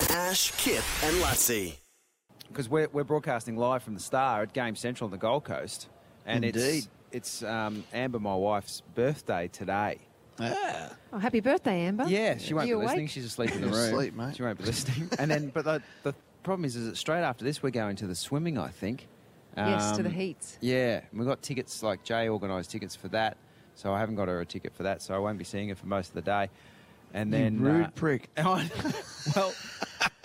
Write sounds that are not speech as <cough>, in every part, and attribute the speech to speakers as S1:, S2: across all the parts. S1: Ash, Kip, and Lutzi.
S2: because we're, we're broadcasting live from the Star at Game Central on the Gold Coast, and
S3: Indeed.
S2: it's it's um, Amber, my wife's birthday today.
S4: Oh, happy birthday, Amber.
S2: Yeah, she won't
S4: you
S2: be listening.
S4: awake?
S2: She's asleep in
S4: <laughs>
S2: the
S3: You're
S2: room.
S3: asleep, mate.
S2: She won't be listening. and then, but the, the problem is, is that straight after this, we're going to the swimming. I think.
S4: Yes, to the
S2: Um,
S4: heats.
S2: Yeah, and we got tickets. Like Jay organised tickets for that, so I haven't got her a ticket for that, so I won't be seeing her for most of the day. And then
S3: rude
S2: uh,
S3: prick. <laughs> Oh,
S2: I- <laughs> well,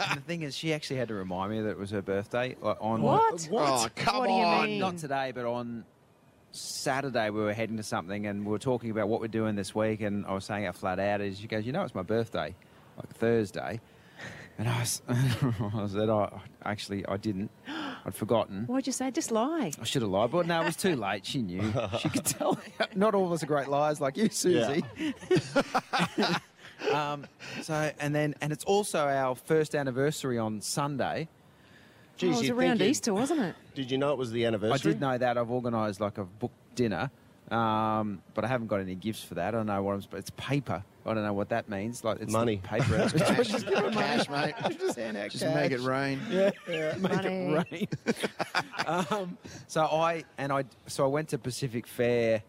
S2: and the thing is, she actually had to remind me that it was her birthday. Like on
S4: What?
S3: What?
S1: Oh, come
S4: What do you
S1: on.
S4: mean?
S2: not today, but on Saturday we were heading to something and we were talking about what we're doing this week, and I was saying out flat out is she goes, you know, it's my birthday, like Thursday, and I, was, <laughs> I said, oh, actually, I didn't, I'd forgotten.
S4: Why'd you say? Just lie.
S2: I should have lied, but no, it was too late. She knew. She could tell. <laughs> Not all of us are great liars like you, Susie. <laughs> um, so, and then, and it's also our first anniversary on Sunday.
S4: Oh, it was
S5: you'd
S4: around
S5: think you'd-
S4: Easter,
S2: <laughs>
S4: wasn't it?
S5: Did you know it was the anniversary?
S2: I did know that. I've organised like I've booked dinner, um, but I haven't got any gifts for that. I don't know what I'm. sp- It's paper. I don't know what that means. Like it's
S5: Money.
S2: the
S3: <laughs>
S2: paper.
S3: Just give her cash, mate. <laughs> Just make it rain.
S4: Money.
S2: rain. um, so I and I so I went to Pacific Fair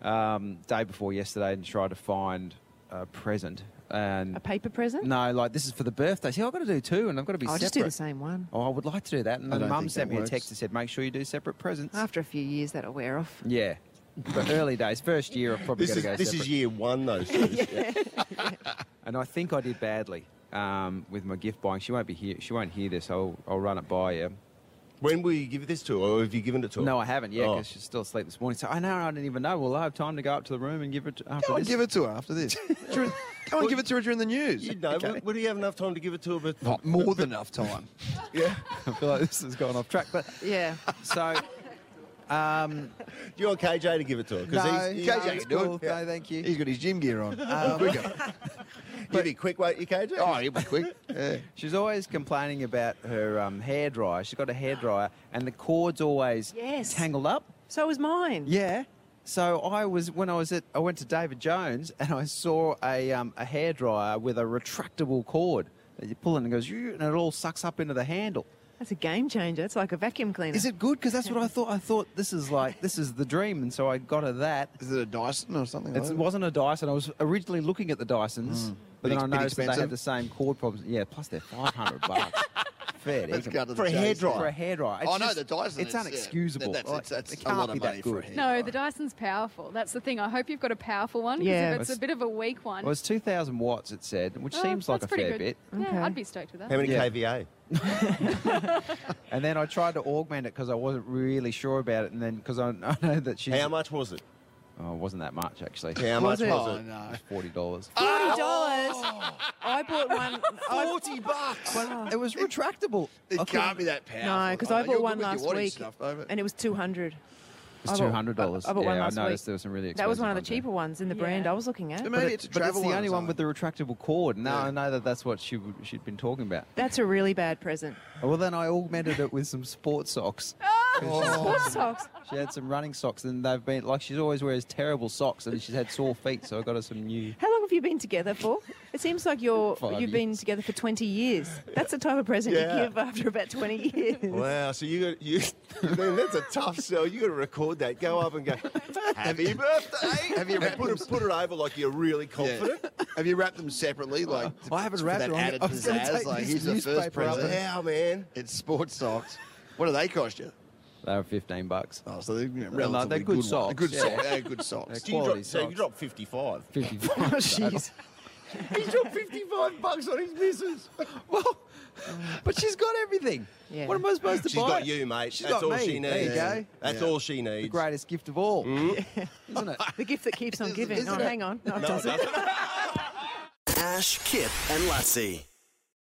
S2: um, day before yesterday and tried to find a present. And
S4: A paper present?
S2: no, like this is for the birthday. See, I've got to do two, and I've got to be
S4: I'll
S2: separate.
S4: Oh, just do the same one.
S2: Oh, I would like to do that. And
S3: I
S2: then
S3: don't
S2: Mum
S3: think
S2: sent
S3: that
S2: me a
S3: works.
S2: text and said, "Make sure you do separate presents."
S4: After a few years, that'll
S2: <laughs>
S4: wear off.
S2: yeah, but early days, first year, I've probably
S5: This
S2: got to go
S5: is this
S2: separate.
S5: is year one though. Suze.
S2: and I think I did badly um, with my gift buying. She won't be here. She won't hear this. I'll I'll run it by you.
S5: When will you give this to, her, or have you given it to? her?
S2: No, I haven't yet
S5: Oh.
S2: because she's still asleep this morning. So I know I didn't even know. Well, I have time to go up to the room and give it to, after
S3: Go and
S2: this.
S3: give it to her after this. <laughs> During- Go and give it to her during the news. <laughs>
S5: You know,
S3: Okay.
S5: would, would he have enough time to give it to her? But
S3: Not more than enough time.
S2: <laughs> I feel like this has gone off track. But
S4: Yeah.
S2: <laughs> so
S5: do you want KJ to give it to her?
S2: no,
S5: he's, he's,
S2: no,
S3: KJ
S2: it's
S3: can do it.
S2: cool.
S3: Yeah.
S2: No, thank you.
S3: He's got his gym gear on. <laughs>
S5: you'd be quick, won't you, KJ?
S3: oh, he'll be quick. Yeah.
S2: She's always complaining about her um, hair dryer. She's got a hair dryer, and the cord's always
S4: Yes.
S2: tangled up.
S4: So was mine.
S2: Yeah. So I was when I was at I went to David Jones and I saw a um, a hair dryer with a retractable cord that you pull in and it goes "Yoo," and it all sucks up into the handle.
S4: That's a game changer. It's like a vacuum cleaner.
S2: Is it good? Because that's what I thought. I thought this is like this is the dream, and so I got her that.
S3: Is it a Dyson or something?
S2: It
S3: like that?
S2: wasn't a Dyson. I was originally looking at the Dysons, but
S3: Bit
S2: then I
S3: Mm. ex-
S2: noticed
S3: bit
S2: that they
S3: expensive.
S2: had the same cord problems. Yeah, plus they're five
S3: <laughs>
S2: hundred bucks. Fair
S3: Let's
S2: dinkum.
S3: cut to the
S5: For a hair
S3: chase.
S5: dryer.
S2: For a hair dryer.
S3: Oh, I know the Dyson
S2: It's
S3: is, yeah,
S2: unexcusable.
S3: that- that's-
S2: Like,
S3: that's-
S2: it
S3: that's a
S2: can't
S3: lot of
S2: be that
S3: money for a
S2: good.
S3: hair
S6: No, the Dyson's powerful. That's the thing. I hope you've got a powerful one. 'cause
S4: Yeah.
S6: If it's a bit of a weak one.
S2: Well, it's two thousand watts. It said, which
S6: oh,
S2: seems like a
S6: that's pretty
S2: fair
S6: good.
S2: bit.
S6: Yeah,
S4: Okay.
S6: I'd be stoked with that.
S5: How many
S2: Yeah.
S5: KVA?
S2: And then I tried to augment it because I wasn't really sure about it. And then because I, <laughs> I know that she's
S5: How much was it?
S2: oh, it wasn't that much actually.
S5: How
S4: Was
S5: much
S4: it?
S5: was
S3: Oh,
S5: it?
S3: no.
S2: It was forty dollars.
S4: Forty dollars.
S2: Oh.
S4: I
S2: <laughs>
S4: bought one.
S3: <laughs>
S4: I,
S3: Forty bucks.
S4: Oh,
S2: It was retractable.
S3: It
S2: I
S3: can't
S2: couldn't-
S3: be that powerful.
S4: no, because
S3: Oh,
S4: I
S3: you're
S4: bought
S3: good
S4: one
S3: with your
S4: last
S3: wattage
S4: week,
S3: stuff, David.
S4: and it was two hundred.
S2: It's two hundred dollars.
S4: I bought one
S2: yeah,
S4: last
S2: I noticed
S4: week.
S2: there was some really expensive.
S4: That was one of the
S2: ones there.
S4: cheaper ones in the
S6: Yeah.
S4: brand I was looking at.
S3: So
S2: But,
S3: maybe
S2: it's,
S3: it's a
S2: but it's
S3: travel
S2: the
S3: one or
S2: only one
S3: something.
S2: with the retractable cord. Now
S3: Yeah.
S2: I know that that's what she w- she'd been talking about.
S4: That's a really bad present.
S2: Well, then I augmented it with some sports
S4: <laughs>
S2: socks. Oh. <laughs>
S4: Sports socks.
S2: She had some running socks, and they've been like she's always wears terrible socks, and she's had sore feet. So I got her some new.
S4: How long have you been together for? It seems like
S2: <laughs>
S4: you're
S2: Five
S4: you've been
S2: years.
S4: together for twenty years. That's the type of present
S5: Yeah.
S4: you give after about twenty years.
S5: Wow, so you got you. <laughs> man, that's a tough sell. You got to record that. Go up and go. Happy birthday! Have you put it, put it over like you're really confident?
S3: <laughs> Yeah. Have you wrapped them separately? Like
S2: <laughs> I haven't
S3: for
S2: wrapped
S3: that
S2: it. I'm- <laughs>
S3: added
S2: I was gonna
S3: pizzazz.
S2: take
S3: Like
S2: this
S3: here's the first
S2: newspaper up
S3: present.
S2: and-
S5: Wow, man.
S3: It's sports socks. What do they cost you?
S2: They were fifteen bucks.
S3: Oh, so they're you know,
S2: they're
S3: relatively
S2: good
S3: ones.
S2: socks,
S3: Good
S2: yeah.
S3: socks. They're good socks.
S5: Do you drop,
S2: Quality
S5: so you
S2: socks.
S5: dropped 55.
S2: Fifty bucks.
S5: <laughs> He dropped 55 bucks on his missus.
S2: <laughs> well, but she's got everything.
S4: Yeah.
S2: What am I supposed to
S5: She's
S2: buy?
S5: got you, mate.
S2: She's
S5: That's
S2: got
S5: all
S2: me.
S5: she needs. Mm.
S2: There you go.
S5: That's
S3: Yeah.
S5: all she needs.
S2: The greatest gift of all, <laughs> isn't it?
S4: The gift that keeps on giving.
S3: isn't
S4: oh,
S3: it?
S4: hang on. No, it doesn't.
S1: Ash, Kip, and Lutzi.